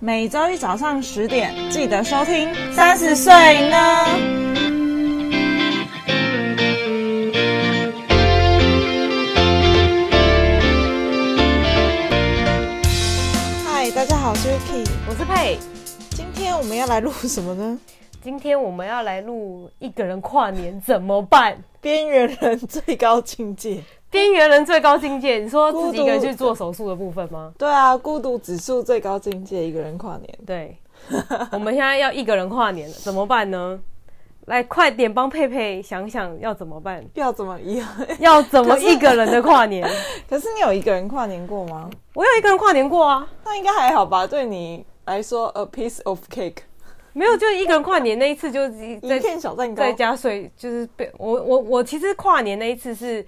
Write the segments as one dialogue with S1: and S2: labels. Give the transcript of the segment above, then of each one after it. S1: 每周一早上十点记得收听《三十岁呢》。嗨，大家好，我是 Vicky。
S2: 我是佩。
S1: 今天我们要来录什么呢？
S2: 今天我们要来录一个人跨年怎么办？
S1: 边缘人最高境界。
S2: 边缘人最高境界，你说
S1: 孤独
S2: 自己一个人去做手术的部分吗？
S1: 对啊，孤独指数最高境界，一个人跨年。
S2: 对， 我们现在要一个人跨年了，怎么办呢？来，快点帮佩佩想想要怎么
S1: ，
S2: 办
S1: 要怎么一样？
S2: 要怎么一个人的跨年？
S1: 可是你有一个人跨年过吗？
S2: 我有一个人跨年过啊，
S1: 那应该还好吧？对你来说，a piece of cake，
S2: 没有，就一个人跨年那一次， 就是
S1: 一
S2: 在
S1: 片小蛋糕。
S2: 在家睡，就是被我我我其实跨年那一次是，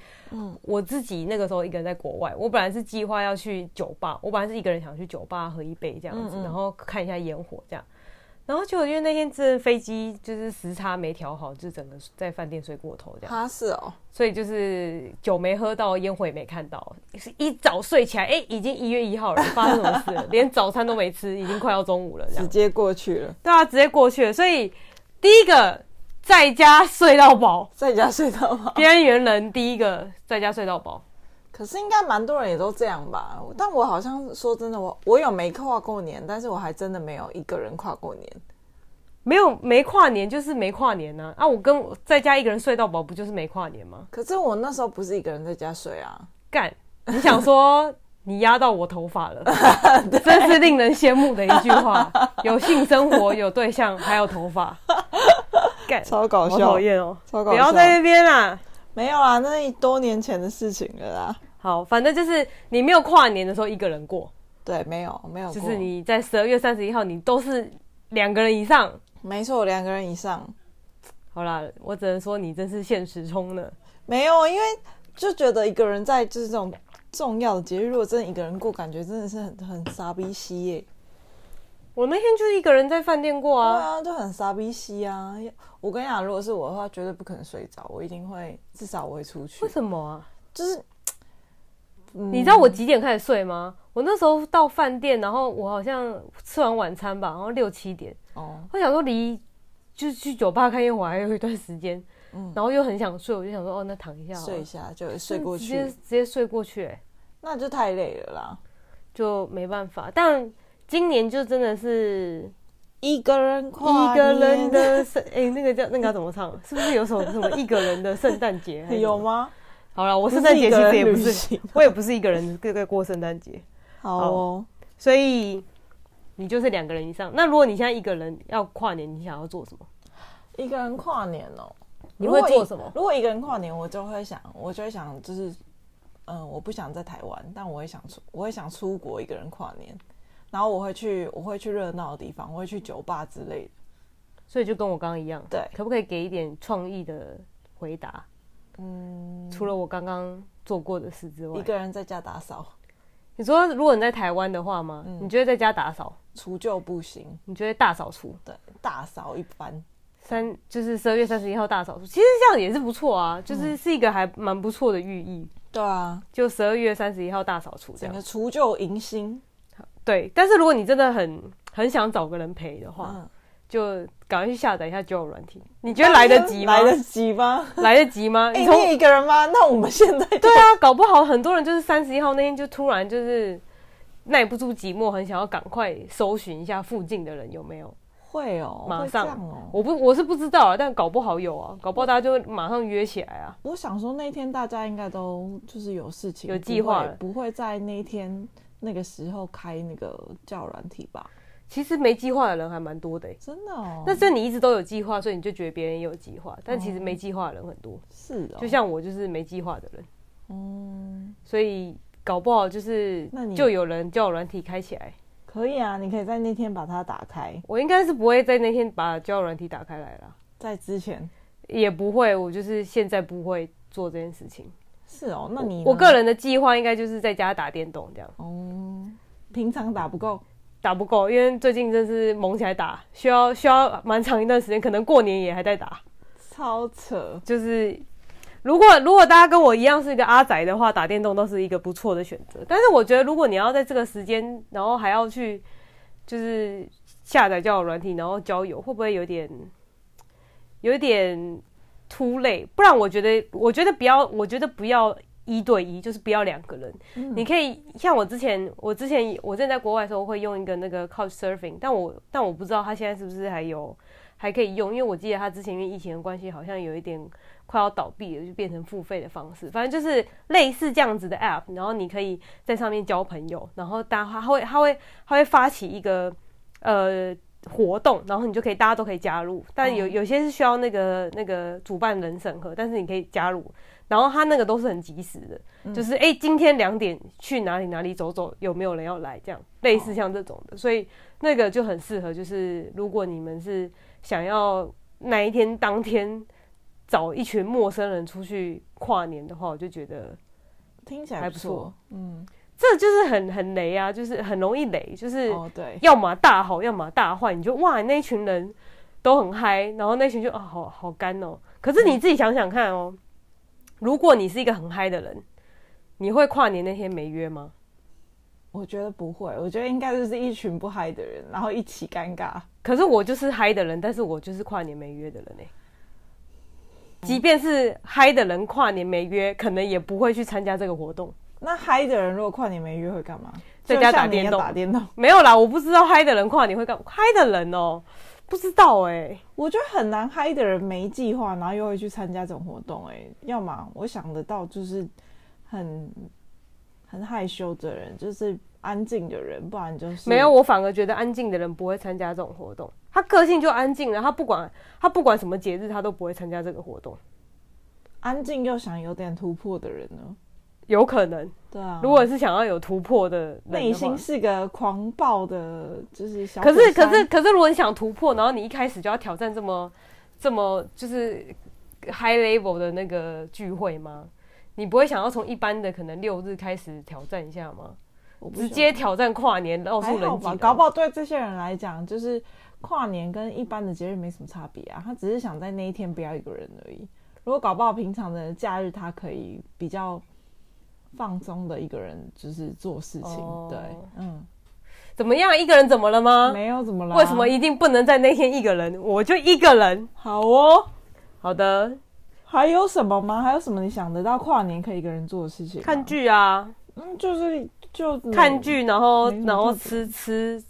S2: 我自己那个时候一个人在国外，我本来是计划要去酒吧，我本来是一个人想去酒吧喝一杯这样子，然后看一下烟火这样，然后结果因为那天真的飞机就是时差没调好，就整个在饭店睡过头这样，
S1: 哈是哦，
S2: 所以就是酒没喝到，烟火也没看到，是一早睡起来，哎、已经一月一号了，发生什么事了？ 连早餐都没吃，已经快要中午了这样
S1: 直。接过去了，
S2: 对啊，直接过去了。所以第一个在家睡到饱，
S1: 在家睡到 饱。
S2: 边缘人第一个在家睡到饱。
S1: 可是应该蛮多人也都这样吧？但我好像说真的，我我有没跨过年，但是我还真的没有一个人跨过年。
S2: 没有没跨年就是没跨年呐、啊！我跟在家一个人睡到饱，不就是没跨年吗？
S1: 可是我那时候不是一个人在家睡啊，
S2: 干，你想说你压到我头 发了，真是令人羡慕的一句话。有性生活，有对象，还有头发，干，
S1: 超搞
S2: 好
S1: 笑
S2: 讨厌哦！
S1: 超搞
S2: 不
S1: 笑
S2: 要在那边啦。
S1: 没有啦，那多年前的事情了啦。
S2: 好，反正就是你没有跨年的时候一个人过，
S1: 对，没有没有过，
S2: 就是你在十二月三十一号，你都是两个人以上。
S1: 没错，两个人以上
S2: 好啦，我只能说你真是现实中的。
S1: 没有，因为就觉得一个人在就是这种重要的节日，如果真的一个人过，感觉真的是很很傻逼兮耶、
S2: 我那天就是一个人在饭店过
S1: 对
S2: 啊，
S1: 啊，就很傻逼兮啊！我跟你讲，如果是我的话，绝对不可能睡着，我一定会，至少我会出去
S2: 为。什么啊？
S1: 就是，嗯
S2: 你知道我几点开始睡吗？我那时候到饭店，然后我好像吃完晚餐吧，然后六七点，
S1: 哦，
S2: 我想说离就是去酒吧看烟火还有一段时间，
S1: 嗯
S2: 然后又很想睡，我就想说哦，那躺一下好了
S1: 睡一下就睡过
S2: 直接
S1: 去，
S2: 直接睡过去、欸
S1: 那就太累了啦。
S2: 就没办法。但今年就真的是
S1: 一个人跨
S2: 一个人
S1: 年
S2: 的圣，哎、那个叫那个要怎么唱？是不是有首什么一个人的圣诞 节？还是什
S1: 有
S2: 么？
S1: 吗？
S2: 好了，我
S1: 不
S2: 圣诞
S1: 是一
S2: 节
S1: 个
S2: 其
S1: 人
S2: 实也不
S1: 旅
S2: 是
S1: 行，
S2: 我也不是一个人在在过圣诞节，
S1: 好哦，
S2: 所以你就是两个人以上。那如果你现在一个人要跨年，你想要做什么？
S1: 一个人跨年哦、
S2: 你会
S1: 如果
S2: 做
S1: 一
S2: 什么
S1: 如果一个人跨年，我就会想，我就会想，就是，嗯、我不想在台湾，但我会想出，我会想出国一个人跨年，然后我会去，我会去热闹的地方，我会去酒吧之类的。
S2: 所以就跟我刚刚一样，
S1: 对
S2: 可不可以给一点创意的回答？
S1: 嗯，
S2: 除了我刚刚做过的事之外
S1: 一，个人在家打扫，
S2: 你说如果你在台湾的话吗？
S1: 嗯
S2: 你就会在家打扫，
S1: 除旧布新，
S2: 你就会大扫除，
S1: 对，大扫一番。
S2: 三就是十二月三十一号大扫除，其实这样也是不错啊，就是
S1: 嗯
S2: 是一个还蛮不错的寓意。
S1: 对啊，
S2: 就十二月三十一号大扫除这
S1: 整个
S2: 样，
S1: 除旧迎新。
S2: 对。但是如果你真的很很想找个人陪的话，
S1: 嗯，
S2: 就赶快去下载一下交友软体。你觉得来得及吗？
S1: 来得及吗？
S2: 来得及 吗？
S1: 哎、
S2: 你
S1: 你
S2: 从
S1: 也一个人吗？那我们现在就
S2: 对啊，搞不好很多人就是三十一号那天就突然就是耐不住寂寞，很想要赶快搜寻一下附近的人有没有。
S1: 会哦，
S2: 马
S1: 会
S2: 上
S1: 这样哦。
S2: 我不我是不知道啊，但搞不好有啊，搞不好大家就会马上约起来啊。
S1: 我想说那天大家应该都就是有事情，
S2: 有计划了
S1: 不会，不会在那天那个时候开那个叫软体吧？
S2: 其实没计划的人还蛮多的欸、
S1: 真的哦，
S2: 那这你一直都有计划，所以你就觉得别人也有计划，但其实
S1: 哦
S2: 没计划的人很多。
S1: 是哦，
S2: 就像我就是没计划的人，
S1: 嗯，
S2: 所以搞不好就是
S1: 那你
S2: 就有人叫软体开起来。
S1: 可以啊，你可以在那天把它打开，
S2: 我应该是不会在那天把交友软体打开来啦，
S1: 在之前
S2: 也不会，我就是现在不会做这件事情。
S1: 是哦，那你呢
S2: 我个人的计划应该就是在家打电动这样，
S1: 哦，平常打不够，
S2: 打不够，因为最近真是猛起来打，需要需要蛮长一段时间，可能过年也还在打。
S1: 超扯，
S2: 就是如果如果大家跟我一样是一个阿宅的话，打电动都是一个不错的选择。但是我觉得，如果你要在这个时间，然后还要去就是下载交友软体，然后交友，会不会有点有点 too late？不然我觉得，我觉得不要，我觉得不要一对一，就是不要两个人。你可以像我之前，我之前我之前在国外的时候会用一个那个 Couch Surfing，但我但我不知道它现在是不是还有还可以用，因为我记得它之前因为疫情的关系，好像有一点快要倒闭了，就变成付费的方式。反正就是类似这样子的 App，然后你可以在上面交朋友，然后大家它会它会它会发起一个呃活动，然后你就可以大家都可以加入，但有
S1: 嗯
S2: 有些是需要那个那个主办人审核，但是你可以加入。然后它那个都是很及时的，就是哎、诶今天两点去哪里哪里走走，有没有人要来？这样类似像这种的，所以那个就很适合，就是如果你们是想要那一天当天找一群陌生人出去跨年的话，我就觉得
S1: 听起来
S2: 还
S1: 不
S2: 不
S1: 错
S2: 错，
S1: 嗯，
S2: 这就是很很雷啊，就是很容易雷，就是
S1: 哦对，
S2: 要么大好，要么大坏，你就哇那一群人都很嗨，然后那群就啊好好干哦。可是你自己想想看哦，如果你是一个很嗨的人，你会跨年那天没约吗？
S1: 我觉得不会，我觉得应该就是一群不嗨的人，然后一起尴尬。
S2: 可是我就是嗨的人，但是我就是跨年没约的人呢、即便是嗨的人跨年没约，可能也不会去参加这个活动。
S1: 那嗨的人如果跨年没约会干嘛？
S2: 在家
S1: 就像
S2: 打
S1: 你一样
S2: 电动
S1: 打电动。
S2: 没有啦，我不知道嗨的人跨年会干嗨的人哦、不知道哎、
S1: 我觉得很难嗨的人没计划，然后又会去参加这种活动、哎，要么我想得到就是很很害羞的人，就是安静的人，不然就是
S2: 没有，。我反而觉得安静的人不会参加这种活动。他个性就安静了，他不管他不管什么节日，他都不会参加这个活动。
S1: 安静又想有点突破的人呢？
S2: 有可能，
S1: 对啊，
S2: 如果是想要有突破的人的话
S1: 内心是个狂暴的，就是小
S2: 可是
S1: 火
S2: 可
S1: 山
S2: 是可是，如果你想突破，然后你一开始就要挑战这么这么就是 high level 的那个聚会吗？你不会想要从一般的可能六日开始挑战一下吗？
S1: 我不喜
S2: 直
S1: 欢
S2: 接挑战跨年，告
S1: 还
S2: 诉
S1: 好
S2: 人
S1: 吧，
S2: 挤，
S1: 搞不好对这些人来讲，就是跨年跟一般的节日没什么差别啊。他只是想在那一天不要一个人而已。如果搞不好平常的假日，他可以比较放松的一个人，就是做事情。
S2: 哦
S1: 对，嗯，
S2: 怎么样？一个人怎么了吗？
S1: 没有怎啊么啦？
S2: 为什么一定不能在那天一个人？我就一个人。
S1: 好哦？
S2: 好的，
S1: 还有什么吗？还有什么你想得到跨年可以一个人做的事情？
S2: 看，剧啊，
S1: 嗯，就是就
S2: 看，剧，然后
S1: 没什么
S2: 然后
S1: 特
S2: 吃吃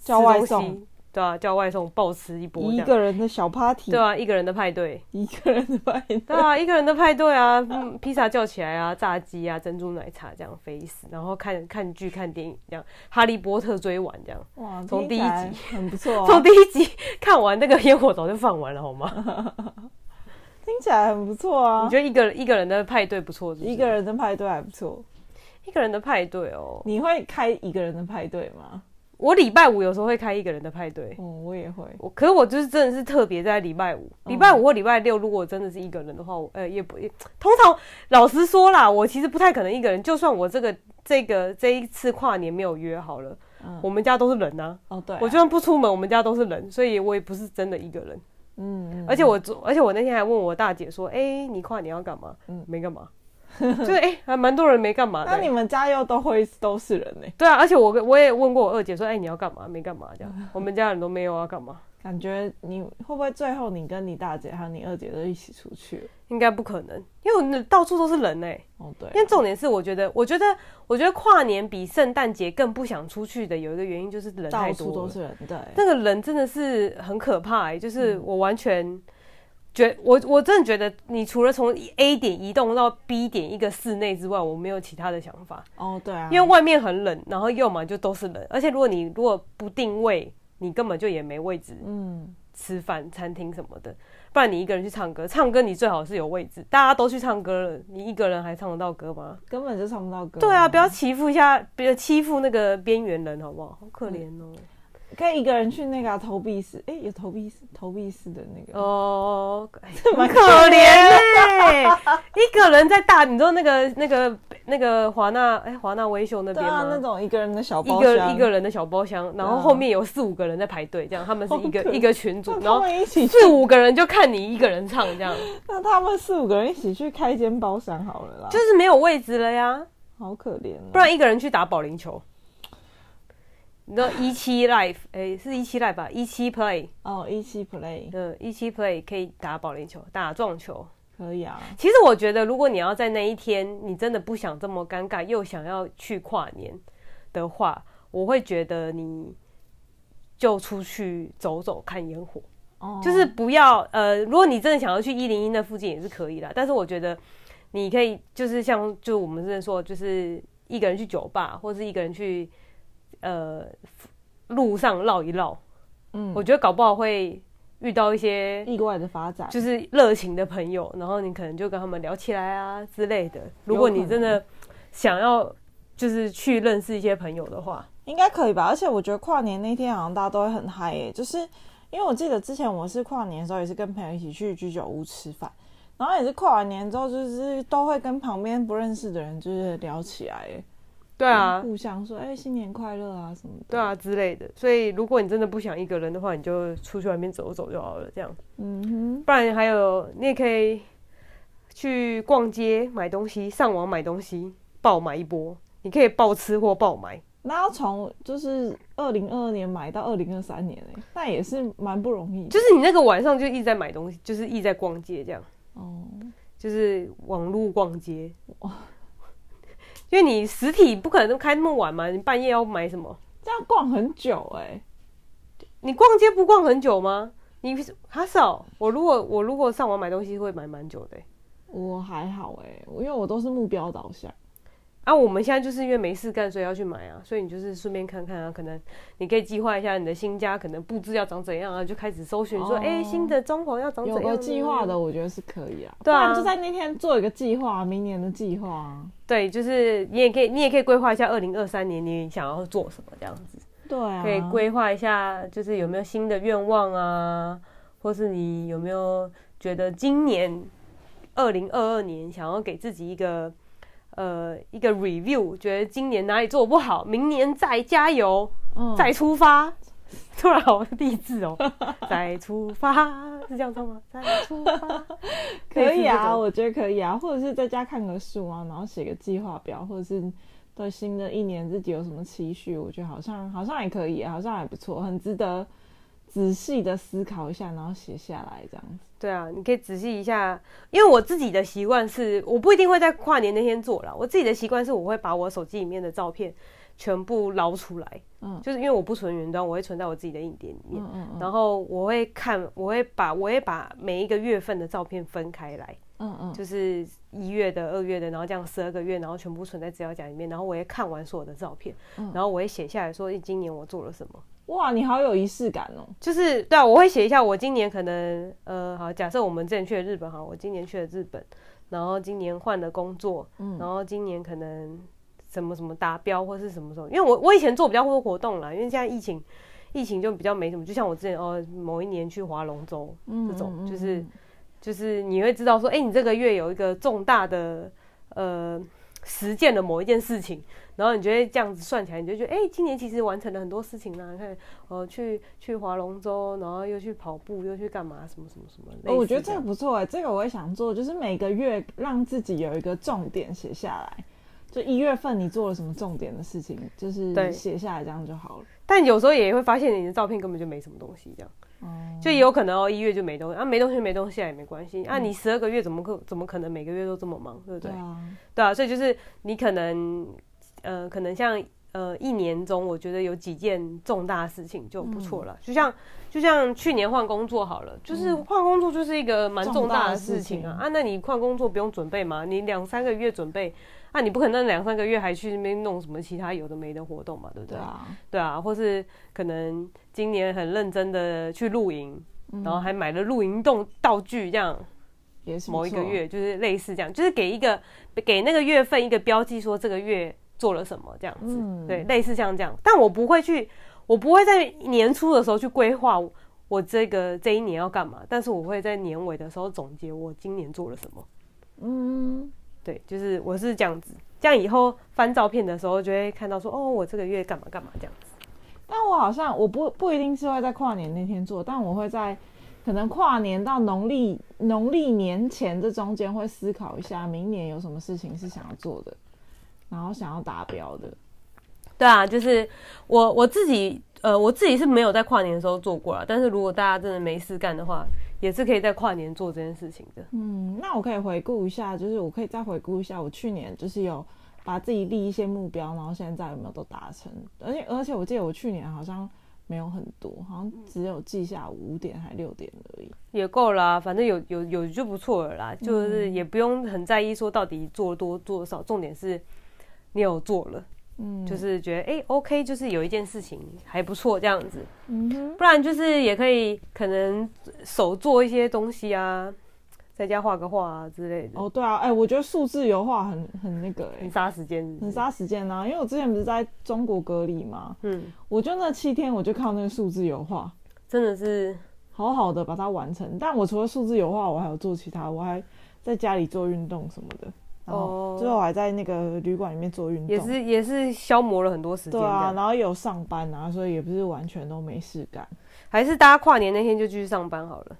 S1: 叫外，
S2: 吃东
S1: 送，
S2: 西对啊，叫外送，暴吃一波这
S1: 一
S2: 样，
S1: 个人的小 party，
S2: 对啊，一个人的派对。
S1: 一个人的派对
S2: 对 啊，一个人的派对啊，嗯，披萨叫起来啊，炸鸡啊，珍珠奶茶这样飞死，然后看看剧、看电影这样，《哈利波特》追完这样，
S1: 哇，
S2: 从
S1: 听
S2: 第一
S1: 起来
S2: 集
S1: 很不错、啊，
S2: 从第一集 看完那个烟火早就放完了，好吗？
S1: 听起来很不错啊。
S2: 你觉得一个人一个人的派对不错是不是
S1: 一个人的派对还不错。
S2: 一个人的派对哦，
S1: 你会开一个人的派对吗？
S2: 我礼拜五有时候会开一个人的派对，
S1: 嗯，我也会。
S2: 我可是我就是真的是特别在礼拜五、
S1: 嗯
S2: 礼拜五或礼拜六，如果我真的是一个人的话，我呃也不也通常老实说啦，我其实不太可能一个人，就算我这个这个这一次跨年没有约好了，
S1: 嗯
S2: 我们家都是人啊。
S1: 哦，对啊、
S2: 我就算不出门，我们家都是人，所以我也不是真的一个人。
S1: 嗯，嗯
S2: 而且我昨，而且我那天还问我大姐说：“哎、你跨年要干嘛？”
S1: 嗯
S2: 嗯，没干 嘛，就是哎、诶还蛮多人没干嘛的、
S1: 那你们家又都会都是人呢、
S2: 对啊，而且我跟我也问过我二姐说：“哎、你要干嘛？没干嘛这样？我们家人都没有要干嘛，
S1: 感觉你会不会最后你跟你大姐还有你二姐都一起出去？
S2: 应该不可能，因为我那到处都是人哎、
S1: 哦，对啊、
S2: 因为重点是，我觉得，我觉得，我觉得跨年比圣诞节更不想出去的有一个原因就是人太多
S1: 到处
S2: 了，
S1: 都是人，对，
S2: 那个人真的是很可怕、欸，
S1: 嗯
S2: 就是我完全觉我我真的觉得，你除了从 A 点移动到 B 点一个室内之外，我没有其他的想法，
S1: 哦，对啊，
S2: 因为外面很冷，然后要么就都是人，而且如果你如果不定位，你根本就也没位置
S1: 嗯，
S2: 吃饭、餐厅什么的，不然你一个人去唱歌，唱歌你最好是有位置，大家都去唱歌了，你一个人还唱得到歌吗？
S1: 根本就唱不到歌。
S2: 对啊，不要欺负一下，不要欺负那个边缘人，好不好？好可怜哦。
S1: 可以一个人去那个、啊、投币式，哎、有投币式投币式的那个，
S2: 哦，
S1: 蛮
S2: 很可怜哎、一个人在大，你知道那个那个那个华纳哎华纳威秀那
S1: 对
S2: 边
S1: 啊，那
S2: 吗？
S1: 种一个人的小
S2: 一
S1: 包
S2: 个
S1: 厢，
S2: 一个人的小包厢，然后
S1: 对啊
S2: 后面有四五个人在排队，这样他们是一
S1: 好
S2: 个
S1: 可
S2: 一个群组
S1: 那，
S2: 然
S1: 他
S2: 后
S1: 们一起去，
S2: 四五个人就看你一个人唱，这样
S1: 那他们四五个人一起去开间包厢好了啦，
S2: 就是没有位置了呀，
S1: 好可怜、哦。
S2: 不然一个人去打保龄球。你知道一期 Live，哎、是一期 Live 吧？一期 Play，
S1: 哦，一起 play
S2: 嗯，一期 Play 可以打保龄球、打撞球。
S1: 可以啊，
S2: 其实我觉得，如果你要在那一天，你真的不想这么尴尬，又想要去跨年的话，我会觉得你就出去走走看烟火。
S1: 哦，
S2: 就是不要呃，如果你真的想要去一零一那附近也是可以啦，但是我觉得你可以就是像就我们之前说，就是一个人去酒吧，或是一个人去呃路上绕一绕，
S1: 嗯
S2: 我觉得搞不好会遇到一些
S1: 意外的发展，
S2: 就是热情的朋友，然后你可能就跟他们聊起来啊之类的。如果你真的想要就是去认识一些朋友的话，
S1: 应该可以吧？而且我觉得跨年那天好像大家都会很嗨耶、就是因为我记得之前我是跨年的时候也是跟朋友一起去居酒屋吃饭，然后也是跨完年之后就是都会跟旁边不认识的人就是聊起来耶、
S2: 对啊，
S1: 互相说哎、新年快乐啊什么的，
S2: 对，啊之类的。所以，如果你真的不想一个人的话，你就出去外面走走就好了。这样，
S1: 嗯
S2: 不然还有你也可以去逛街买东西，上网买东西，爆买一波。你可以爆吃或爆买，
S1: 哼，那要从就是二零二二年买到二零二三年哎、那也是蛮不容易的，
S2: 就是你那个晚上就一直在买东西，就是一直在逛街这样。
S1: 哦，
S2: 就是网络逛街，因为你实体不可能开那么晚嘛，你半夜要买什么？
S1: 这样逛很久哎、
S2: 你逛街不逛很久吗？你还少？我如果我如果上网买东西会买蛮久的欸、
S1: 我还好哎、因为我都是目标导向，
S2: 啊，我们现在就是因为没事干，所以要去买啊，所以你就是顺便看看啊，可能你可以计划一下你的新家可能布置要长怎样啊，就开始搜寻说，
S1: 哦
S2: 哎、新的装潢要哦长怎
S1: 有
S2: 样？
S1: 个计划的，，我觉得是可以啊。
S2: 对啊
S1: 不然就在那天做一个计划，明年的计划啊。
S2: 对，就是你也可以，你也可以规划一下二零二三年你想要做什么这样子。
S1: 对啊，
S2: 可以规划一下，就是有没有新的愿望啊，或是你有没有觉得今年二零二二年想要给自己一个呃一个 review，觉得今年哪里做不好，明年再加油，
S1: 嗯
S2: 再出发。突然好励志哦，再出发是这样 唱吗？再出发，
S1: 可以
S2: 类似这
S1: 啊，
S2: 种
S1: 我觉得可以啊，或者是在家看个书啊，然后写个计划表，或者是对新的一年自己有什么期许，我觉得好像好像也可以、啊，好像还不错，很值得仔细的思考一下，然后写下来这样子。
S2: 对啊，你可以仔细一下，因为我自己的习惯是，我不一定会在跨年那天做啦。我自己的习惯是，我会把我手机里面的照片全部捞出来，
S1: 嗯
S2: 就是因为我不存云端，我会存在我自己的硬碟里面，
S1: 嗯嗯嗯
S2: 然后我会看，我会把我会把每一个月份的照片分开来，
S1: 嗯嗯，
S2: 就是一月的、二月的，然后这样十二个月，然后全部存在资料夹里面，然后我会看完所有的照片，
S1: 嗯
S2: 然后我会写下来说，诶今年我做了什么。
S1: 哇，你好有仪式感哦。
S2: 就是对啊，我会写一下我今年可能呃，好，假设我们之前去了日本，好，我今年去了日本，然后今年换了工作，
S1: 嗯
S2: 然后今年可能什么什么达标或是什么什么，因为我我以前做比较多活动啦，因为现在疫情，疫情就比较没什么，就像我之前哦某一年去划龙舟
S1: 嗯
S2: 这
S1: 嗯嗯
S2: 种，就
S1: 嗯
S2: 是就是你会知道说，哎、你这个月有一个重大的呃实践了某一件事情，然后你就会这样子算起来，你就觉得，哎、今年其实完成了很多事情啦。你看，呃，去去划龙舟，然后又去跑步，又去干嘛，什么什么什么。类
S1: 哦，
S2: 似
S1: 我觉得
S2: 这
S1: 这个
S2: 样
S1: 不错哎，这个我也想做，就是每个月让自己有一个重点写下来，就一月份你做了什么重点的事情，就是
S2: 对
S1: 写下来这样就好了。
S2: 但有时候也会发现你的照片根本就没什么东西，这样
S1: 哦，
S2: 就也有可能哦，一月就没东西啊，没东西没东西啊也没关系
S1: 嗯
S2: 啊，你十二个月怎么可怎么可能每个月都这么忙，对不
S1: 对
S2: 对？
S1: 啊，
S2: 对啊，所以就是你可能，呃，可能像呃一年中，我觉得有几件重大事情就不错了。就像就像去年换工作好了，就是换工作就是一个蛮嗯重大的事情
S1: 重大的
S2: 啊
S1: 事。情
S2: 啊，那你换工作不用准备吗？你两三个月准备，啊，你不可能那两三个月还去那边弄什么其他有的没的活动嘛，对不对？
S1: 对啊，
S2: 对啊，或是可能今年很认真的去露营，然后还买了露营动道具这样。
S1: 也是不
S2: 某一个
S1: 错，
S2: 月，就是类似这样，就是给一个给那个月份一个标记，说这个月做了什么这样子，
S1: 嗯
S2: 对，类似像这样。但我不会去，我不会在年初的时候去规划我我这个这一年要干嘛，但是我会在年尾的时候总结我今年做了什么。
S1: 嗯，
S2: 对，就是我是这样子，这样以后翻照片的时候就会看到说，哦，我这个月干嘛干嘛这样子。
S1: 但我好像我不不一定是会在跨年那天做，但我会在可能跨年到农历农历年前这中间会思考一下，明年有什么事情是想要做的，然后想要达标的。
S2: 对啊，就是我我自己，呃，我自己是没有在跨年的时候做过啦。但是如果大家真的没事干的话，也是可以在跨年做这件事情的。
S1: 嗯，那我可以回顾一下，就是我可以再回顾一下，我去年就是有把自己立一些目标，然后现在有没有都达成？而且而且我记得我去年好像没有很多，好像只有记下五点还六点而已。
S2: 也够啦，反正有有有就不错了啦，
S1: 嗯
S2: 就是也不用很在意说到底做多做少，重点是你有做了，
S1: 嗯，
S2: 就是觉得哎、OK，就是有一件事情还不错这样子，
S1: 嗯哼，
S2: 不然就是也可以可能手做一些东西啊，在家画个画啊之类的，
S1: 哦对啊，哎、我觉得数字油画很很那个哎、
S2: 很杀时间，是不是
S1: 很，杀时间呐、啊因为我之前不是在中国隔离嘛，
S2: 嗯，
S1: 我就那七天我就靠那个数字油画，
S2: 真的是
S1: 好好的把它完成。但我除了数字油画，我还有做其他，我还在家里做运动什么的。然
S2: 哦
S1: 后最后我还在那个旅馆里面做运动，
S2: 也是也是消磨了很多时间
S1: 对
S2: 这
S1: 啊，
S2: 样，
S1: 然后也有上班啊，所以也不是完全都没事干，
S2: 还是大家跨年那天就继续上班好了。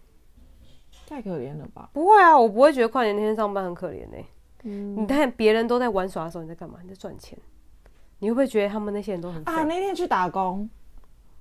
S1: 太可怜了吧？
S2: 不会啊，我不会觉得跨年那天上班很可怜欸呢、你
S1: 嗯
S2: 看别人都在玩耍的时候，你在干嘛？你在赚钱。你会不会觉得他们那些人都很废？
S1: 啊，那天去打工，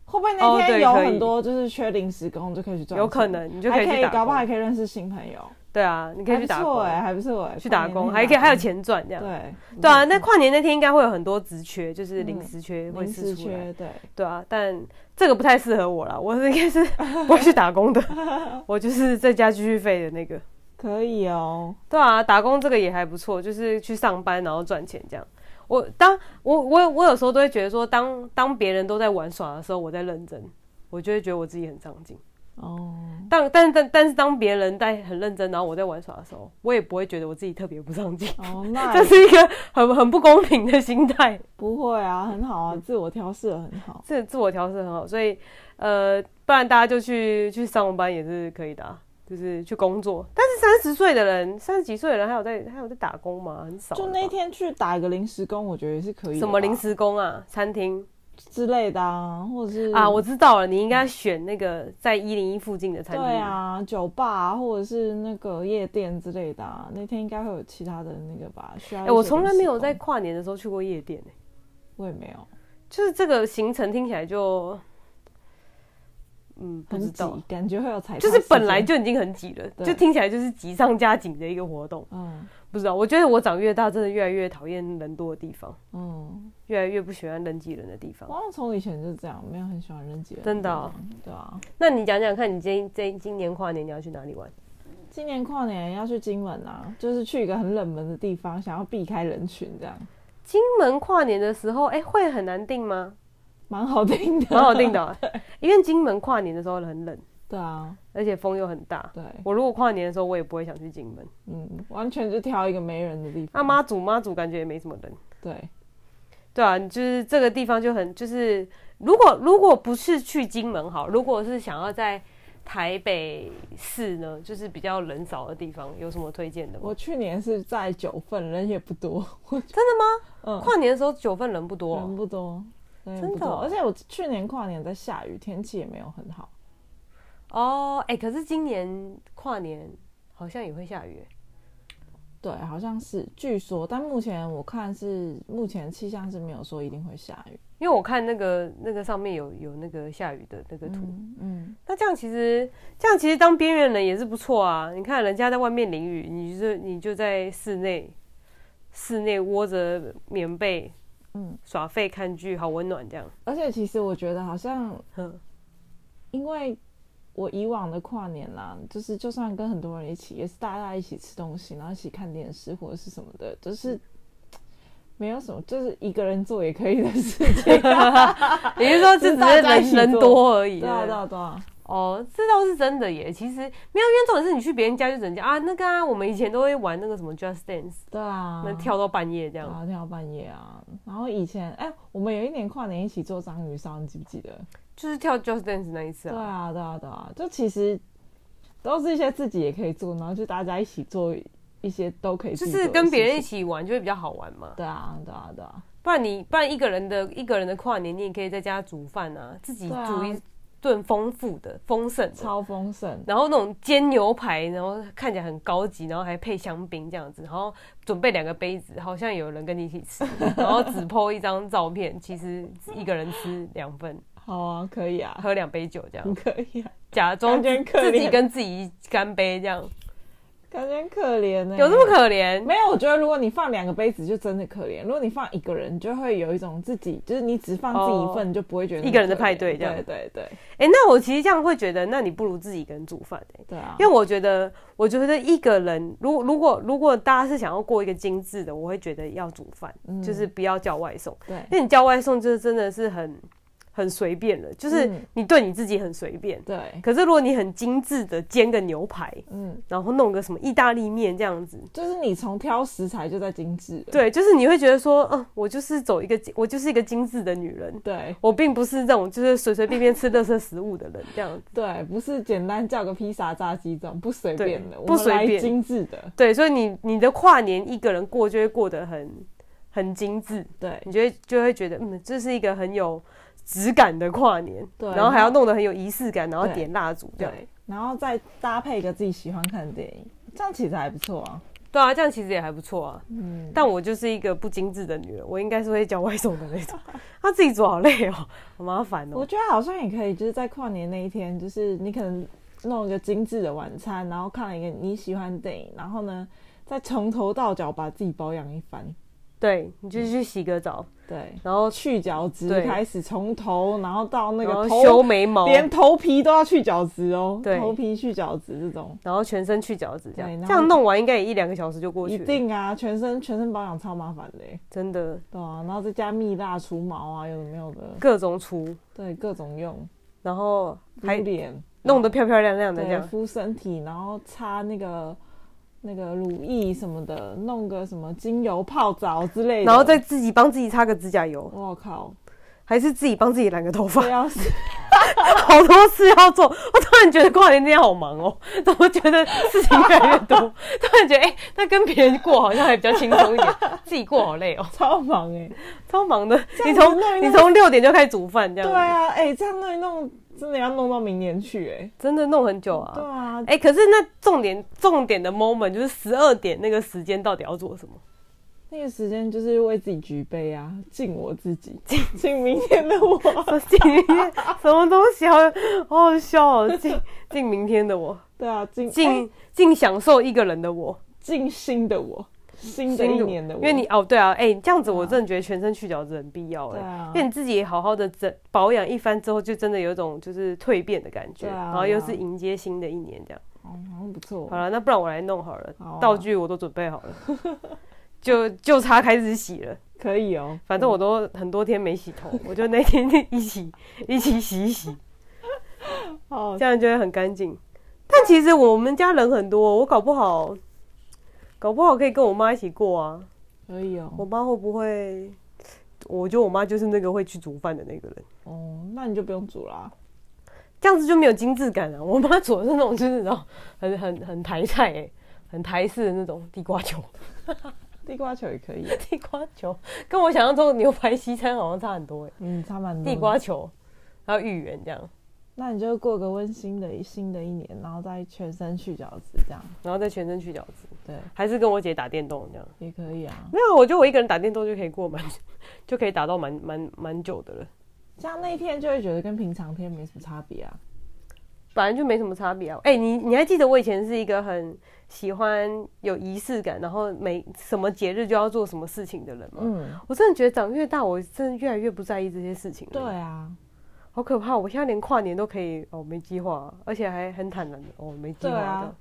S1: 会不会
S2: 哦
S1: 那天
S2: 对
S1: 有
S2: 可以
S1: 很多就是缺临时工就可以去赚钱？
S2: 有可能你就可
S1: 还
S2: 以
S1: 可
S2: 去
S1: 以，
S2: 打
S1: 搞不好还
S2: 工。
S1: 可以认识新朋友，
S2: 对啊，你可以去打
S1: 还不
S2: 工
S1: 错，哎，还不错哎，
S2: 去打工，
S1: 跨年
S2: 还
S1: 那天
S2: 可以还有
S1: 打
S2: 钱赚这样。
S1: 工，对
S2: 对啊，那跨年那天应该会有很多职缺，就是
S1: 嗯
S2: 临时缺会
S1: 临时
S2: 试出来。
S1: 缺对。
S2: 对啊，但这个不太适合我啦，我应该是 不会去打工的， 我就是在家继续废的那个。
S1: 可以哦，
S2: 对啊，打工这个也还不错，就是去上班然后赚钱这样。我当我我我有时候都会觉得说，当当别人都在玩耍的时候，我在认真，我就会觉得我自己很上进。
S1: 哦，
S2: 但但但但是当别人在很认真，然后我在玩耍的时候，我也不会觉得我自己特别不上进，
S1: 哦，那
S2: 这
S1: 也
S2: 是一个很很不公平的心态。
S1: 不会啊，很好
S2: 嗯
S1: 啊，自我调试的很好。
S2: 这自我调试很好，所以呃，不然大家就去去上班也是可以的、啊，就是去工作。但是三十岁的人，三十几岁的人还有在还有在打工吗？很少了吧。
S1: 就那天去打一个临时工，我觉得也是可以
S2: 嗯
S1: 的吧。
S2: 什么临时工啊，餐厅
S1: 之类的啊，或者是
S2: 啊，我知道了，你应该选那个在一零一附近的餐
S1: 对
S2: 厅。
S1: 啊，酒吧啊或者是那个夜店之类的啊。那天应该会有其他的那个吧？需要一
S2: 哎、
S1: 些
S2: 我从来没有在
S1: 临时
S2: 跨年的时候去过夜店、欸，
S1: 工，我也没有，
S2: 就是这个行程听起来就，嗯，不知
S1: 很
S2: 道
S1: 挤，，感觉会有踩踏
S2: 就
S1: 事件。
S2: 是本来就已经很挤了，
S1: 对
S2: 就听起来就是挤上加紧的一个活动。
S1: 嗯
S2: 不知道，我觉得我长越大，真的越来越讨厌人多的地方，
S1: 嗯，
S2: 越来越不喜欢人挤人的地方
S1: 我。好像从以前就这样，没有很喜欢人挤人。
S2: 真的哦
S1: 对啊，
S2: 那你讲讲看，你今今今年跨年你要去哪里玩？
S1: 今年跨年要去金门啊，就是去一个很冷门的地方，想要避开人群，这样
S2: 金门跨年的时候，哎、会很难定吗？
S1: 蛮好听的，
S2: 蛮好定的啊、因为金门跨年的时候很冷，
S1: 对啊，
S2: 而且风又很大。
S1: 对，
S2: 我如果跨年的时候，我也不会想去金门。
S1: 嗯，完全就挑一个没人的地
S2: 那
S1: 方。
S2: 妈祖妈祖感觉也没什么人，
S1: 对，
S2: 对啊，就是这个地方就很就是，如果如果不是去金门好，如果是想要在台北市呢，就是比较人少的地方，有什么推荐的吗
S1: 我？去年是在九份，人也不多，我
S2: 真的吗？
S1: 嗯，
S2: 跨年的时候九份人不多
S1: 人
S2: 哦，
S1: 不多，人也
S2: 真的
S1: 不多
S2: 哦
S1: 而且我去年跨年在下雨，天气也没有很好。
S2: 哦哎、可是今年跨年好像也会下雨耶，欸
S1: 对，好像是，据说，但目前我看是目前气象是没有说一定会下雨。
S2: 因为我看那个那个上面有有那个下雨的那个图，
S1: 嗯嗯，
S2: 那这样其实，这样其实当边缘人也是不错啊。你看人家在外面淋雨，你就你就在室内，室内窝着棉被，嗯
S1: 嗯，
S2: 耍废看剧，好温暖这 样。
S1: 而且其实我觉得好像
S2: 哼，
S1: 因为我以往的跨年啦，就是就算跟很多人一起，也是大家一起吃东西，然后一起看电视或者是什么的，就是没有什么，就是一个人做也可以的事情。
S2: 也就是说，这 只是
S1: 大家一
S2: 人
S1: 起
S2: 人
S1: 做
S2: 多而已。
S1: 对啊，对啊，对啊，
S2: 哦，这倒是真的耶。其实没有，因为重点是你去别人家就只能讲啊，那个啊，我们以前都会玩那个什么 Just Dance，
S1: 对啊，
S2: 那跳到半夜这样。
S1: 啊，跳到半夜啊。然后以前，哎、我们有一年跨年一起做章鱼烧，你记不记得？
S2: 就是跳 Just Dance 那一次
S1: 对
S2: 啊。
S1: 啊，对啊，对啊，就其实都是一些自己也可以做，然后就大家一起做一些都可以
S2: 就
S1: 自己做的事
S2: 是
S1: 情，
S2: 跟别人一起玩就会比较好玩嘛，
S1: 对啊，对啊，对啊。
S2: 不然你不然一个人的一个人的跨年，你也可以在家煮饭啊，自己
S1: 对啊
S2: 煮一、顿丰富的、丰盛的，
S1: 超丰盛，
S2: 然后那种煎牛排，然后看起来很高级，然后还配香槟这样子，然后准备两个杯子，好像有人跟你一起吃，然后只 po 一张照片，其实一个人吃两份，
S1: 好啊，可以啊，
S2: 喝两杯酒这样，
S1: 可以啊，
S2: 假装
S1: 感觉很
S2: 自
S1: 可
S2: 己
S1: 怜
S2: 跟自己干杯这样，
S1: 感觉很可怜呢、
S2: 有这么可怜？
S1: 没有，我觉得如果你放两个杯子就真的可怜，如果你放一个人，就会有一种自己就是你只放自己一份，
S2: 哦
S1: 你就不会觉得那么
S2: 一个人的
S1: 可怜
S2: 派对这样
S1: 对对对
S2: 哎、那我其实这样会觉得，那你不如自己一个人煮饭哎、
S1: 对啊，
S2: 因为我觉得，我觉得一个人，如果如果如果大家是想要过一个精致的，我会觉得要煮饭，
S1: 嗯
S2: 就是不要叫外送，
S1: 对
S2: 因为你叫外送就是真的是很很随便了，就是
S1: 嗯
S2: 你对你自己很随便。
S1: 对，
S2: 可是如果你很精致的煎个牛排，
S1: 嗯，
S2: 然后弄个什么意大利面这样子，
S1: 就是你从挑食材就在精致了，
S2: 对，就是你会觉得说，嗯，我就是走一个，我就是一个精致的女人，
S1: 对
S2: 我并不是那种就是随随便便吃垃圾食物的人这样子。
S1: 对，不是简单叫个披萨炸鸡这种不随
S2: 对
S1: 便的，我
S2: 不
S1: 们
S2: 随
S1: 来
S2: 便
S1: 精致的，
S2: 对，所以你你的跨年一个人过就会过得很很精致，
S1: 对
S2: 你就会就会觉得嗯，这是一个很有质感的跨年，
S1: 对
S2: 然后还要弄得很有仪式感，然后
S1: 对
S2: 点蜡烛这样，
S1: 对，然后再搭配一个自己喜欢看的电影，这样其实还不错啊，
S2: 对啊，这样其实也还不错啊。
S1: 嗯，
S2: 但我就是一个不精致的女人，我应该是会叫外送的那种， 她自己煮好累哦，好麻烦
S1: 我
S2: 哦。
S1: 觉得好像也可以，就是在跨年那一天，就是你可能弄一个精致的晚餐，然后看了一个你喜欢的电影，然后呢，再从头到脚把自己保养一番，
S2: 对，你就去洗个澡，
S1: 对，
S2: 然后
S1: 去角质
S2: 对
S1: 开始从头，然后到那
S2: 然
S1: 个
S2: 后
S1: 头，
S2: 修眉毛，
S1: 连头皮都要去角质哦，
S2: 对
S1: 头皮去角质这种，
S2: 然后全身去角质这样，
S1: 对然后
S2: 这样弄完应该也一两个小时就过
S1: 一
S2: 去了，
S1: 定啊，全身全身保养超麻烦的欸，
S2: 真的
S1: 对啊，然后再加蜜蜡除毛啊，有的没有的，
S2: 各种除，
S1: 对，各种用，
S2: 然后
S1: 敷
S2: 还
S1: 脸，
S2: 弄得漂漂亮亮的这
S1: 对，
S2: 样。
S1: 敷身体，然后擦那个那个乳液什么的，弄个什么精油泡澡之类的，
S2: 然后再自己帮自己擦个指甲油，
S1: 我靠，
S2: 还是自己帮自己染个头发
S1: 这，要是
S2: 好多事要做。 我突然觉得跨年那天好忙哦，怎么觉得事情越来越多？ 突然觉得，哎、那跟别人过好像还比较轻松一 点，自己过好累哦，
S1: 超忙 哎、
S2: 超忙的。你
S1: 样子
S2: 从
S1: 弄一弄
S2: 你从六点就开始煮饭，这样
S1: 对
S2: 子
S1: 啊，哎、这样弄一弄，真的要弄到明年去哎、
S2: 真的弄很久啊。
S1: 对啊，
S2: 哎、可是那重点重点的 moment 就是十二点那个时间到底要做什么？
S1: 那个时间就是为自己举杯啊，敬我自己， 敬敬明天的我。
S2: 说敬什么东西好好好笑哦，敬敬明天的我，
S1: 对啊，敬哎
S2: 敬敬享受一个人的我。
S1: 敬新的我，新的一年的我。
S2: 因为你哦，对啊，哎、这样子我真的觉得全身去角质很必要哎、
S1: 对啊
S2: 因为你自己也好好的整保养一番之后，就真的有一种就是蜕变的感觉，
S1: 对啊
S2: 然后又是迎接新的一年这样。
S1: 哦，好像不错
S2: 好。了，那不然我来弄好了，
S1: 好啊
S2: 道具我都准备好了， 就就差开始洗了。
S1: 可以哦。
S2: 反正我都很多天没洗 头，我就那天一起一起洗一洗，
S1: 哦
S2: 这，样就会很干净。但其实我们家人很多，我搞不好，搞不好可以跟我妈一起过啊。
S1: 可以哦。
S2: 我妈会不会？我觉得我妈就是那个会去煮饭的那个人，
S1: 哦，那你就不用煮啦。
S2: 这样子就没有精致感了、啊 我妈煮的是那种就是然后很很很台菜哎、很台式的那种地瓜球，
S1: 地瓜球也可以。啊
S2: 地瓜球跟我想象中的牛排西餐好像差很多哎、
S1: 嗯，差蛮多的。
S2: 地瓜球还有芋圆这样，
S1: 那你就过个温馨的一新的一年，然后再全身去角质，这样
S2: 然后再全身去饺子，
S1: 对
S2: 还是跟我姐打电动这样。
S1: 也可以啊。
S2: 没有，我觉得我一个人打电动就可以过蛮， 就可以打到蛮蛮蛮久的了，
S1: 这样那一天就会觉得跟平常天没什么差别啊。
S2: 反正就没什么差别啊。哎、你你还记得我以前是一个很喜欢有仪式感，然后每什么节日就要做什么事情的人吗？
S1: 嗯，
S2: 我真的觉得长越大，我真的越来越不在意这些事情了。
S1: 对，啊，
S2: 好可怕！我现在连跨年都可以哦，没计划，而且还很坦然的哦，没计
S1: 对
S2: 划的。
S1: 啊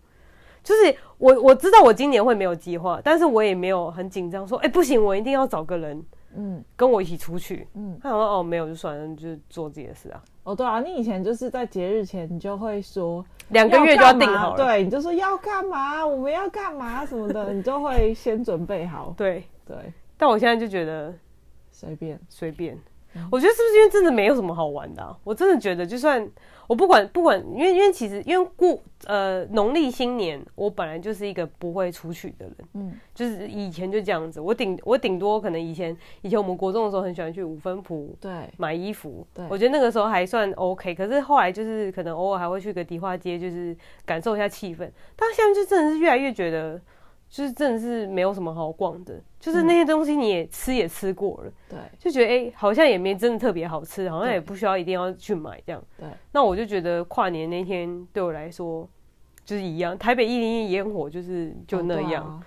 S2: 就是我我知道我今年会没有计划，但是我也没有很紧张，说哎、不行，我一定要找个人
S1: 嗯
S2: 跟我一起出去。
S1: 嗯，
S2: 他想说哦没有就算了，就做自己的事啊。
S1: 哦对啊，你以前就是在节日前你就会说
S2: 两个月就要
S1: 干嘛
S2: 定好了。
S1: 对，你就说要干嘛，我们要干嘛什 么的，你就会先准备好。
S2: 对，
S1: 对，
S2: 但我现在就觉得
S1: 随便，
S2: 随便，
S1: 嗯
S2: 我觉得是不是因为真的没有什么好玩的啊、我真的觉得，就算我不管不管，因为因为其实因为过呃农历新年，我本来就是一个不会出去的人，
S1: 嗯
S2: 就是以前就这样子。我顶我顶多可能以前以前我们国中的时候很喜欢去五分埔
S1: 对，
S2: 买衣服
S1: 对，
S2: 我觉得那个时候还算 OK。可是后来就是可能偶尔还会去个迪化街，就是感受一下气氛。但现在就真的是越来越觉得，就是真的是没有什么好逛的，就是
S1: 嗯
S2: 那些东西你也吃也吃过了，
S1: 对
S2: 就觉得哎、诶好像也没真的特别好吃，好像
S1: 对
S2: 也不需要一定要去买这样。
S1: 对，
S2: 那我就觉得跨年那天对我来说。就是一样，台北一零一烟火就是就那样，
S1: 哦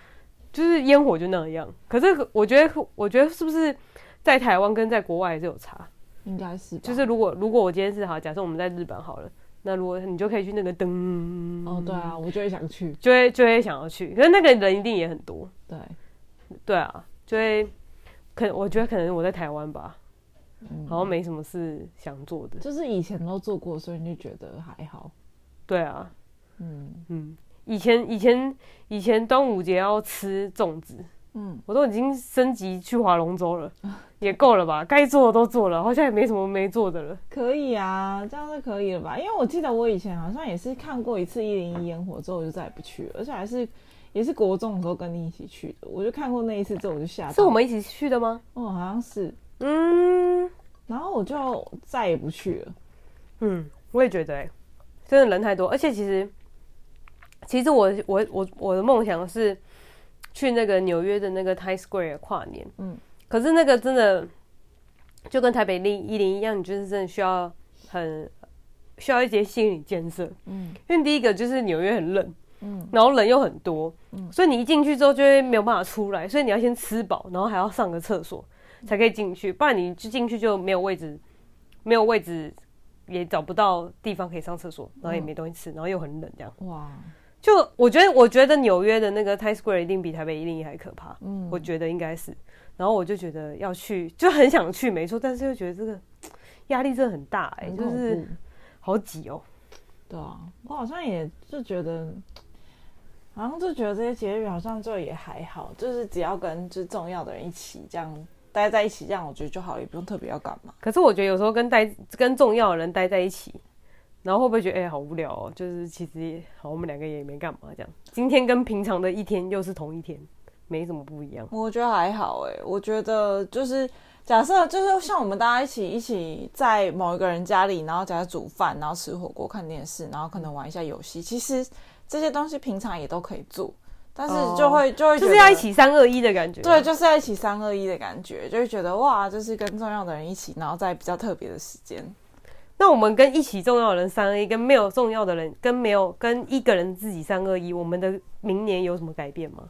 S2: 就是烟火就那样。可是我觉得，我觉得是不是在台湾跟在国外还是有差？
S1: 对啊应该是吧
S2: 就是如果如果我今天是好，假设我们在日本好了，那如果你就可以去那个灯，
S1: 哦，对
S2: 嗯
S1: 啊，我就会想去，
S2: 就会就会想要去，可是那个人一定也很多，
S1: 对，
S2: 对啊，就会可我觉得可能我在台湾吧，
S1: 嗯
S2: 好像没什么事想做的，
S1: 就是以前都做过，所以你就觉得还好，
S2: 对啊，
S1: 嗯
S2: 嗯，以前以前以前端午节要吃粽子，
S1: 嗯，
S2: 我都已经升级去划龙舟 了，也够了吧，该做的都做了，好像也没什么没做的了，
S1: 可以啊，这样就可以了吧？因为我记得我以前好像也是看过一次一零一烟火之后，我就再也不去了，而且还是也是国中的时候跟你一起去的，我就看过那一次之后我就吓到，
S2: 是我们一起去的吗？
S1: 哦，好像是，
S2: 嗯
S1: 然后我就再也不去了，
S2: 嗯，我也觉得、欸，真的人太多，而且其实，其实我我我我的梦想是去那个纽约的那个 Times Square 跨年，
S1: 嗯
S2: 嗯，可是那个真的就跟台北零一零一样，你就是真的需要很需要一些心理建设，
S1: 嗯
S2: 因为第一个就是纽约很冷，
S1: 嗯
S2: 然后人又很多，
S1: 嗯
S2: 所以你一进去之后就会没有办法出来，所以你要先吃饱，然后还要上个厕所才可以进去，不然你就进去就没有位置，没有位置也找不到地方可以上厕所，然后
S1: 嗯
S2: 也没东西吃，然后又很冷，这样。
S1: 哇，
S2: 就我觉得，我觉得纽约的那个 Times Square 一定比台北一零一还可怕，
S1: 嗯
S2: 我觉得应该是。然后我就觉得要去，就很想去，没错，但是又觉得这个压力真的很大、哎，
S1: 很
S2: 就
S1: 恐
S2: 是
S1: 怖
S2: 好挤哦、
S1: 对啊，我好像也就觉得，好像就觉得这些节日好像就也还好，就是只要跟就是重要的人一起这样待在一起，这样我觉得就好，也不用特别要干嘛。
S2: 可是我觉得有时候跟待跟重要的人待在一起，然后会不会觉得哎、好无聊哦？就是其实也好，我们两个也没干嘛这样。今天跟平常的一天又是同一天，没什么不一样。
S1: 我觉得还好哎、我觉得就是假设就是像我们大家一起一起在某一个人家里，然后假设煮饭，然后吃火锅、看电视，然后可能玩一下游戏，其实这些东西平常也都可以做，但是就会、就会
S2: 哦就
S1: 觉
S2: 是
S1: 得
S2: 要一起三二一的感觉，啊
S1: 对，就是在一起三二一的感觉，就会觉得哇，就是跟重要的人一起，然后在比较特别的时间。
S2: 那我们跟一起重要的人三二一，跟没有重要的人，跟没有跟一个人自己三二一，我们的明年有什么改变吗？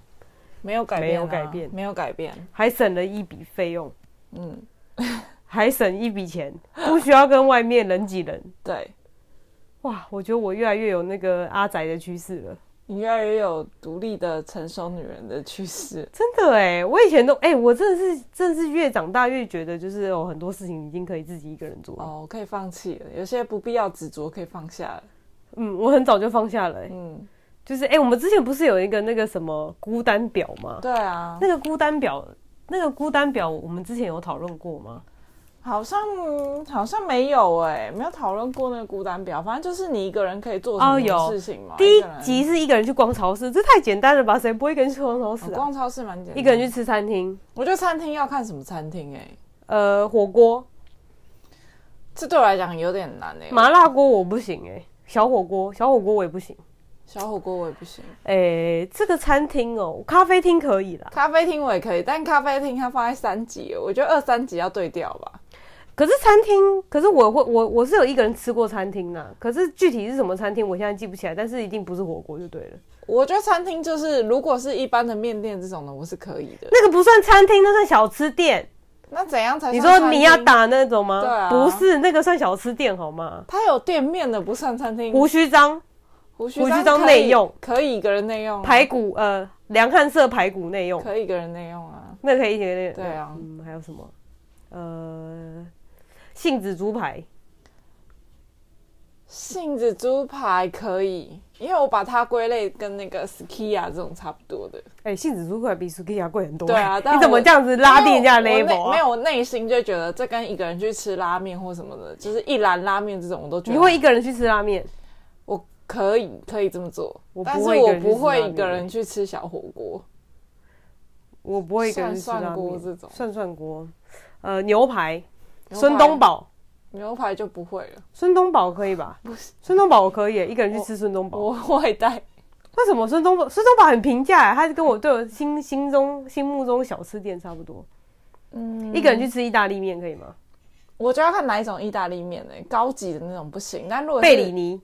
S1: 没有改变、
S2: 没
S1: 啊
S2: 有改变
S1: 没有改变。
S2: 还省了一笔费用，
S1: 嗯，
S2: 还省一笔钱，不需要跟外面人挤人。
S1: 对
S2: 哇，我觉得我越来越有那个阿宅的趋势了。
S1: 你越来越有独立的成熟女人的趋势。
S2: 真的哎，我以前都哎、我真的是真的是越长大越觉得，就是有很多事情已经可以自己一个人做了。
S1: 哦，可以放弃了，有些不必要执着可以放下了。
S2: 嗯，我很早就放下了、哎
S1: 嗯，
S2: 就是哎、我们之前不是有一个那个什么孤单表吗？
S1: 对啊，
S2: 那个孤单表，那个孤单表，我们之前有讨论过吗？
S1: 好像嗯好像没有哎、没有讨论过那个孤单表，反正就是你一个人可以做
S2: 哦
S1: 什么
S2: 有
S1: 事情嘛。
S2: 第一
S1: 个人
S2: 集是一个人去逛超市，这太简单了吧？谁不会一个人去逛超
S1: 哦
S2: 市啊？
S1: 逛超市蛮简单，
S2: 一个人去。吃餐厅，
S1: 我觉得餐厅要看什么餐厅哎、
S2: 呃，火锅、
S1: 这对我来讲有点难哎、
S2: 麻辣锅我不行哎、小火锅、小火锅我也不行。
S1: 小火锅我也不行，
S2: 哎、这个餐厅哦、咖啡厅可以啦。
S1: 咖啡厅我也可以，但咖啡厅它放在三级，我觉得二三级要对调吧。
S2: 可是餐厅，可是我会我我是有一个人吃过餐厅啦，可是具体是什么餐厅，我现在记不起来，但是一定不是火锅就对了，
S1: 我觉得餐厅就是，如果是一般的面店这种的，我是可以的。
S2: 那个不算餐厅，那算小吃店。
S1: 那怎样才
S2: 你
S1: 算
S2: 说
S1: 餐厅
S2: 你要？打那种吗？
S1: 对啊
S2: 不是，那个算小吃店好吗？
S1: 它有店面的不算餐厅。
S2: 胡须章
S1: 胡
S2: 胡须
S1: 章
S2: 章
S1: 可以
S2: 内用
S1: 可以一个人内用啊，
S2: 排骨，呃，凉汉色排骨内用，
S1: 可以一个人内用啊。
S2: 那可以一点点。
S1: 对啊
S2: 嗯，还有什么？呃，杏子猪排，
S1: 杏子猪排可以，因为我把它归类跟那个 Skia 这种差不多的。
S2: 哎、杏子猪块比 Sukiya 贵很多、
S1: 对 啊，但
S2: 你怎么
S1: 我
S2: 这样子拉低人家的
S1: 因为我
S2: level？、啊、
S1: 我内没有，我内心就觉得这跟一个人去吃拉面或什么的，就是一兰拉面这种，我都觉
S2: 你
S1: 得
S2: 会一个人去吃拉面？
S1: 我可以可以这么做，
S2: 我不
S1: 但是
S2: 会一个
S1: 我
S2: 人去
S1: 不
S2: 吃
S1: 会
S2: 拉
S1: 一个
S2: 面
S1: 人去吃小火锅。
S2: 我不会一个人去吃拉
S1: 涮
S2: 面。
S1: 涮锅这种
S2: 涮涮锅，呃，牛排，
S1: 牛
S2: 孙
S1: 排
S2: 东宝，
S1: 牛排就不会了，
S2: 孙东宝可以吧？不是，孙东宝我可以一个人去吃孙东宝。
S1: 我会带。
S2: 为什么孙东宝？孙东宝很平价，他跟我对我心心中心目中小吃店差不多。
S1: 嗯，
S2: 一个人去吃意大利面可以吗？
S1: 我就要看哪一种意大利面呢、欸高级的那种不行，但如果是
S2: 贝里尼，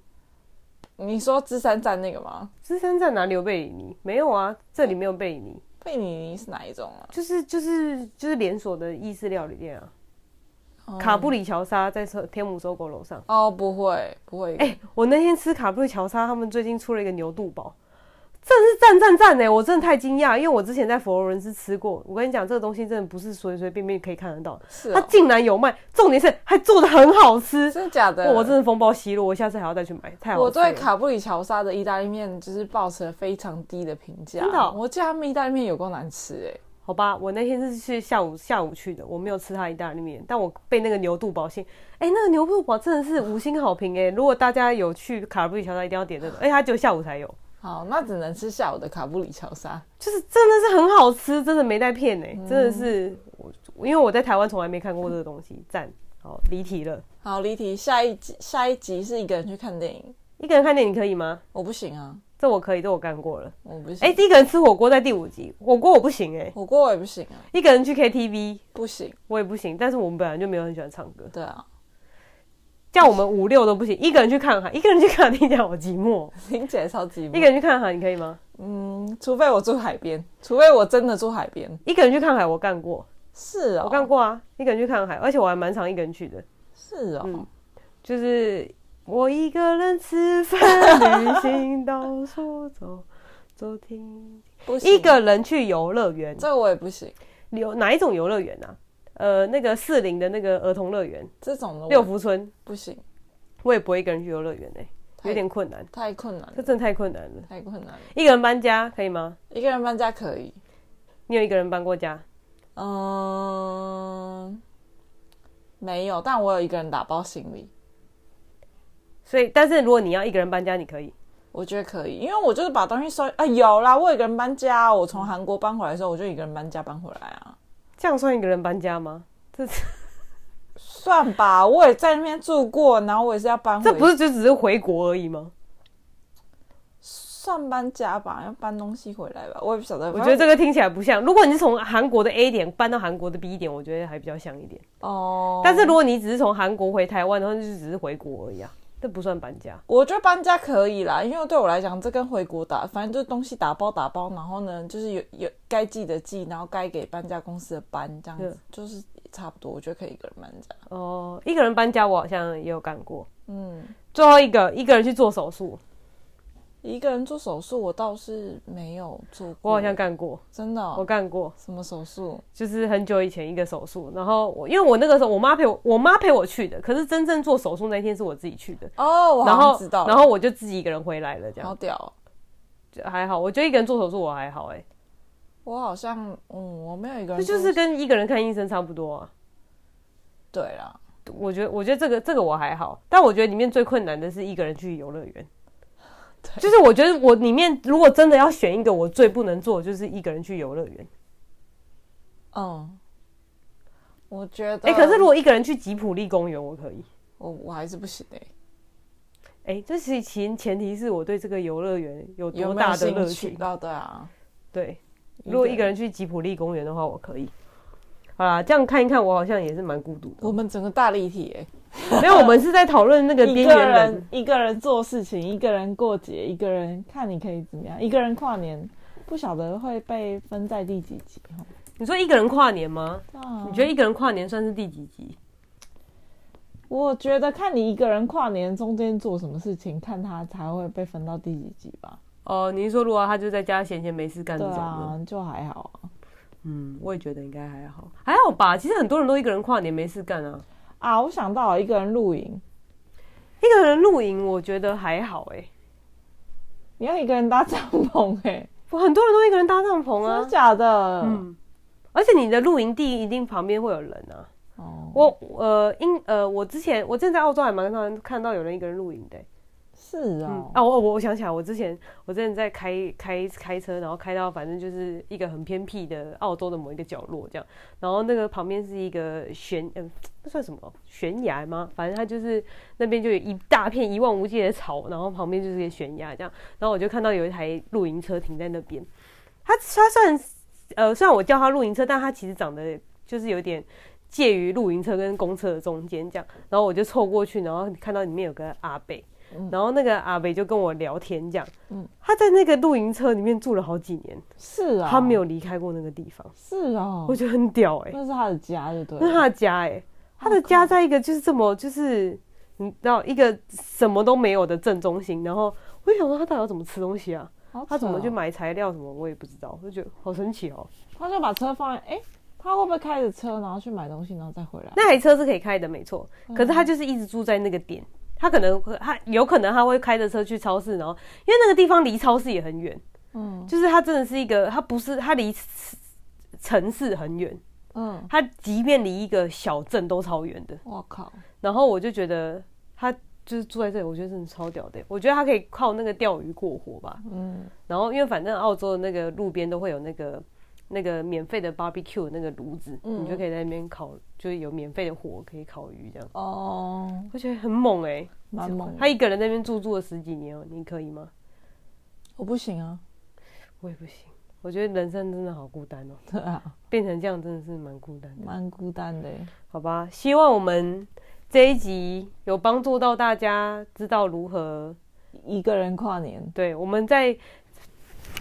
S1: 你说芝山站那个吗？
S2: 芝山站哪里有贝里尼？没有啊，这里没有贝里尼，
S1: 贝里尼是哪一种啊？
S2: 就是就是就是连锁的意式料理店啊。卡布里乔沙在搜天母搜狗楼上。
S1: 哦，不会，不会。
S2: 哎、我那天吃卡布里乔沙，他们最近出了一个牛肚堡，真的是赞赞赞哎！我真的太惊讶，因为我之前在佛罗伦斯吃过。我跟你讲，这个东西真的不是随随便便可以看得到的，
S1: 是、
S2: 它
S1: 哦，
S2: 竟然有卖，重点是还做的很好吃。
S1: 真的假的？
S2: 哇我真的风暴奚落，我下次还要再去买，太好
S1: 我
S2: 吃了。
S1: 对卡布里乔沙的意大利面就是抱持了非常低的评价，
S2: 真的哦
S1: 我记得他们意大利面有够难吃哎、
S2: 好吧，我那天是去下午下午去的，我没有吃它意大利面，但我被那个牛肚堡信，哎、那个牛肚堡真的是五星好评哎、如果大家有去卡布里乔沙，一定要点这个，哎、它只有下午才有，
S1: 好，那只能吃下午的卡布里乔沙。
S2: 就是真的是很好吃，真的没在骗哎、真的是我，因为我在台湾从来没看过这个东西，赞。好，离题了，
S1: 好，离题，下一集下一集是一个人去看电影，
S2: 一个人看电影可以吗？
S1: 我不行啊，
S2: 这我可以，这我干过了。
S1: 我不行。
S2: 哎、一个人吃火锅在第五集，火锅我不行哎、
S1: 火锅我也不行啊，
S2: 一个人去 KTV
S1: 不行。
S2: 我也不行，但是我们本来就没有很喜欢唱歌，
S1: 对啊，
S2: 叫我们五六都不行，一个人去看海，一个人去看海，听起来好寂寞。
S1: 听起来超级
S2: 一个人去看海，你可以吗？
S1: 嗯，除非我住海边，除非我真的住海边。
S2: 一个人去看海，我干过，
S1: 是哦，
S2: 我干过啊，一个人去看海，而且我还蛮常一个人去的，
S1: 是哦，
S2: 嗯就是我一个人吃饭、旅行、到处走 走停，
S1: 不行，
S2: 一个人去游乐园，
S1: 这我也不行，
S2: 有哪一种游乐园啊？呃，那个四零的那个儿童乐园，
S1: 这种的
S2: 六
S1: 我
S2: 福村，
S1: 不行，
S2: 我也不会一个人去游乐园诶，
S1: 太
S2: 有点困难，
S1: 太困难
S2: 这
S1: 了，
S2: 真的太困难了。
S1: 太困难了。
S2: 一个人搬家可以吗？
S1: 一个人搬家可以，
S2: 你有一个人搬过家？
S1: 嗯，没有，但我有一个人打包行李，
S2: 所以，但是如果你要一个人搬家，你可以。
S1: 我觉得可以，因为我就是把东西收啊，有啦，我有一个人搬家，我从韩国搬回来的时候，我就一个人搬家搬回来啊，
S2: 这样算一个人搬家吗？这
S1: 算吧，我也在那边住过，然后我也是要搬回，
S2: 这不是就只是回国而已吗？
S1: 算搬家吧，要搬东西回来吧，我也不晓得，
S2: 我觉得这
S1: 个
S2: 个听起来不像。如果你是从韩国的 A 点搬到韩国的 B 点，我觉得还比较像一点。
S1: 哦，
S2: 但是如果你只是从韩国回台湾，然后就只是回国而已啊，这不算搬家。
S1: 我觉得搬家可以啦，因为对我来讲，这跟回国打，反正就是东西打包打包，然后呢，就是有有该寄的寄，然后该给搬家公司的搬，这样子
S2: 对
S1: 就是差不多。我觉得可以一个人搬家。
S2: 哦、一个人搬家我好像也有干过。
S1: 嗯，
S2: 最后一个，一个人去做手术，
S1: 一个人做手术，我倒是没有做过，
S2: 我好像干过，
S1: 真的哦、
S2: 我干过，
S1: 什么手术？
S2: 就是很久以前一个手术。然后我因为我那个时候我妈陪我，我妈陪我去的，可是真正做手术那天是我自己去的。
S1: 哦，我
S2: 然
S1: 好像
S2: 后
S1: 知道了
S2: 然后我就自己一个人回来了，这
S1: 好
S2: 样
S1: 屌哦、
S2: 就还好。我觉得一个人做手术我还好、欸，
S1: 我好像，嗯，我没有一个
S2: 哎，
S1: 人
S2: 这
S1: 做，
S2: 就是跟一个人看医生差不多啊。
S1: 对啦，
S2: 我觉得，我觉得这个这个我还好，但我觉得里面最困难的是一个人去游乐 园。
S1: 对
S2: 就是我觉得我里面如果真的要选一个，我最不能做的就是一个人去游乐园。
S1: 嗯，我觉得，
S2: 哎、可是如果一个人去吉普力公园，我可以。
S1: 我我还是不行哎、
S2: 哎、这是前前提是我对这个游乐园有
S1: 有
S2: 多
S1: 没有
S2: 大的
S1: 兴
S2: 热
S1: 趣
S2: 情。？
S1: 哦，对啊，
S2: 对，如果一个人去吉普力公园的话，我可以。好啦，这样看一看，我好像也是蛮孤独 的。
S1: 我们整个大立体、欸，
S2: 没有，我们是在讨论那个
S1: 一
S2: 边
S1: 个
S2: 缘人
S1: 人。一个人做事情，一个人过节，一个人看你可以怎么样，一个人跨年，不晓得会被分在第几集哦。
S2: 你说一个人跨年吗？
S1: 啊
S2: 你觉得一个人跨年算是第几集？
S1: 我觉得看你一个人跨年中间做什么事情，看他才会被分到第几集吧。
S2: 哦，你是说如果他就在家闲闲没事干这
S1: 对
S2: 种的？
S1: 啊，就还好啊。
S2: 嗯，我也觉得应该还好，还好吧。其实很多人都一个人跨年没事干啊。
S1: 啊，我想到了一个人露营，
S2: 一个人露营我觉得还好哎、
S1: 你要一个人搭帐篷哎、
S2: 我很多人都一个人搭帐篷
S1: 真
S2: 啊
S1: 的，假的？
S2: 嗯，而且你的露营地一定旁边会有人啊。
S1: 哦，
S2: 我呃，英呃，我之前我之前在澳洲还蛮常看到有人一个人露营的、欸。
S1: 是
S2: 嗯
S1: 哦，，
S2: 啊，我我我想起来，我之前我之前在开开开车，然后开到反正就是一个很偏僻的澳洲的某一个角落这样，然后那个旁边是一个悬，嗯、那算什么悬崖吗？反正它就是那边就有一大片一望无际的草，然后旁边就是一个悬崖这样，然后我就看到有一台露营车停在那边，它它虽然呃虽然我叫它露营车，但它其实长得就是有点。介于露营车跟公车的中间这样，然后我就凑过去，然后看到里面有个阿贝，然后那个阿北就跟我聊天，这样，
S1: 嗯
S2: 他在那个露营车里面住了好几年，
S1: 是哦，
S2: 他没有离开过那个地方，
S1: 是哦
S2: 我，觉得很屌哎、
S1: 那是他的家就对
S2: 那是他
S1: 了，
S2: 的家哎、他的家在一个就是这么就是你知道一个什么都没有的正中心，然后我就想说他到底要怎么吃东西啊？
S1: 好
S2: 他怎么
S1: 扯
S2: 去
S1: 哦？
S2: 买材料什么我也不知道，我就觉得好神奇哦。
S1: 他就把车放在哎、他会不会开着车然后去买东西然后再回来？
S2: 那台车是可以开的，没错，可是他就是一直住在那个点。他可能会，他有可能他会开着车去超市，然后因为那个地方离超市也很远，
S1: 嗯
S2: 就是它真的是一个，它不是它离城市很远，
S1: 嗯，
S2: 它即便离一个小镇都超远的。
S1: 我靠，
S2: 然后我就觉得他就是住在这里，我觉得真的超屌的。我觉得他可以靠那个钓鱼过活吧。
S1: 嗯
S2: 然后因为反正澳洲的那个路边都会有那个那个免费的 barbecue 那个炉子，
S1: 嗯
S2: 你就可以在那边烤，就是有免费的火可以烤鱼这样。
S1: 哦，
S2: 我觉得很猛哎、
S1: 蛮猛的，
S2: 他一个人在那边住住了十几年哦，你可以吗？
S1: 我不行啊，
S2: 我也不行，我觉得人生真的好孤单哦，
S1: 对啊，
S2: 变成这样真的是蛮孤单的。
S1: 蛮孤单的耶。
S2: 好吧，希望我们这一集有帮助到大家，知道如何。
S1: 一个人跨年，
S2: 对，我们在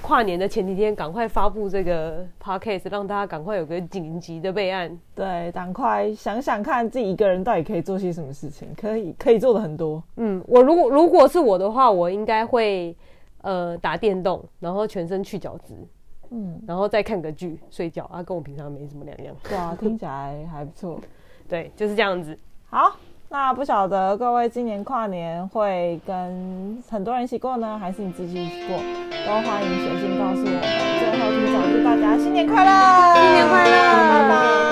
S2: 跨年的前几天赶快发布这个 podcast，让大家赶快有个紧急的备案。
S1: 对，赶快想想看自己一个人到底可以做些什么事情，可以可以做的很多。
S2: 嗯，我如果如果是我的话，我应该会呃打电动，然后全身去角质，
S1: 嗯，
S2: 然后再看个剧睡觉啊，跟我平常没什么两样。
S1: 对啊，听起来还不错。
S2: 对，就是这样子。
S1: 好，那不晓得各位今年跨年会跟很多人一起过呢，还是你自己一起过？都欢迎写信告诉我们。最后提早祝大家新年快乐，新
S2: 新年快乐
S1: 拜拜。